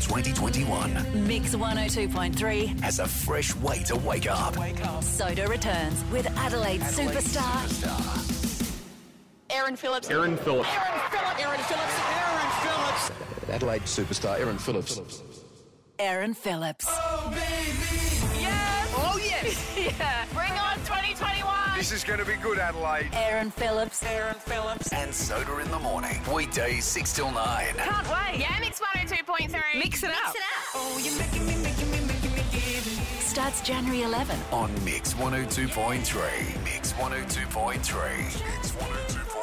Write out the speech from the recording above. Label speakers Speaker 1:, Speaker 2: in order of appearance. Speaker 1: 2021
Speaker 2: Mix 102.3
Speaker 1: has a fresh way to wake up.
Speaker 2: Soda returns with Adelaide, superstar
Speaker 3: Aaron Phillips.
Speaker 4: Aaron Phillips.
Speaker 3: Aaron Phillips. Aaron Phillips. Aaron Phillips.
Speaker 5: Adelaide superstar Aaron Phillips.
Speaker 2: Aaron Phillips.
Speaker 3: Yes. Oh yes. yeah. Bring on 2021.
Speaker 6: This is going to be good, Adelaide.
Speaker 2: Aaron Phillips.
Speaker 3: Aaron Phillips.
Speaker 1: And Soda in the morning. Weekdays 6 till 9.
Speaker 3: Can't wait. Yeah, mix 102.3. Mix it up.
Speaker 2: Starts January 11.
Speaker 1: oh On Mix 102.3. Mix 102.3. Mix 102.3.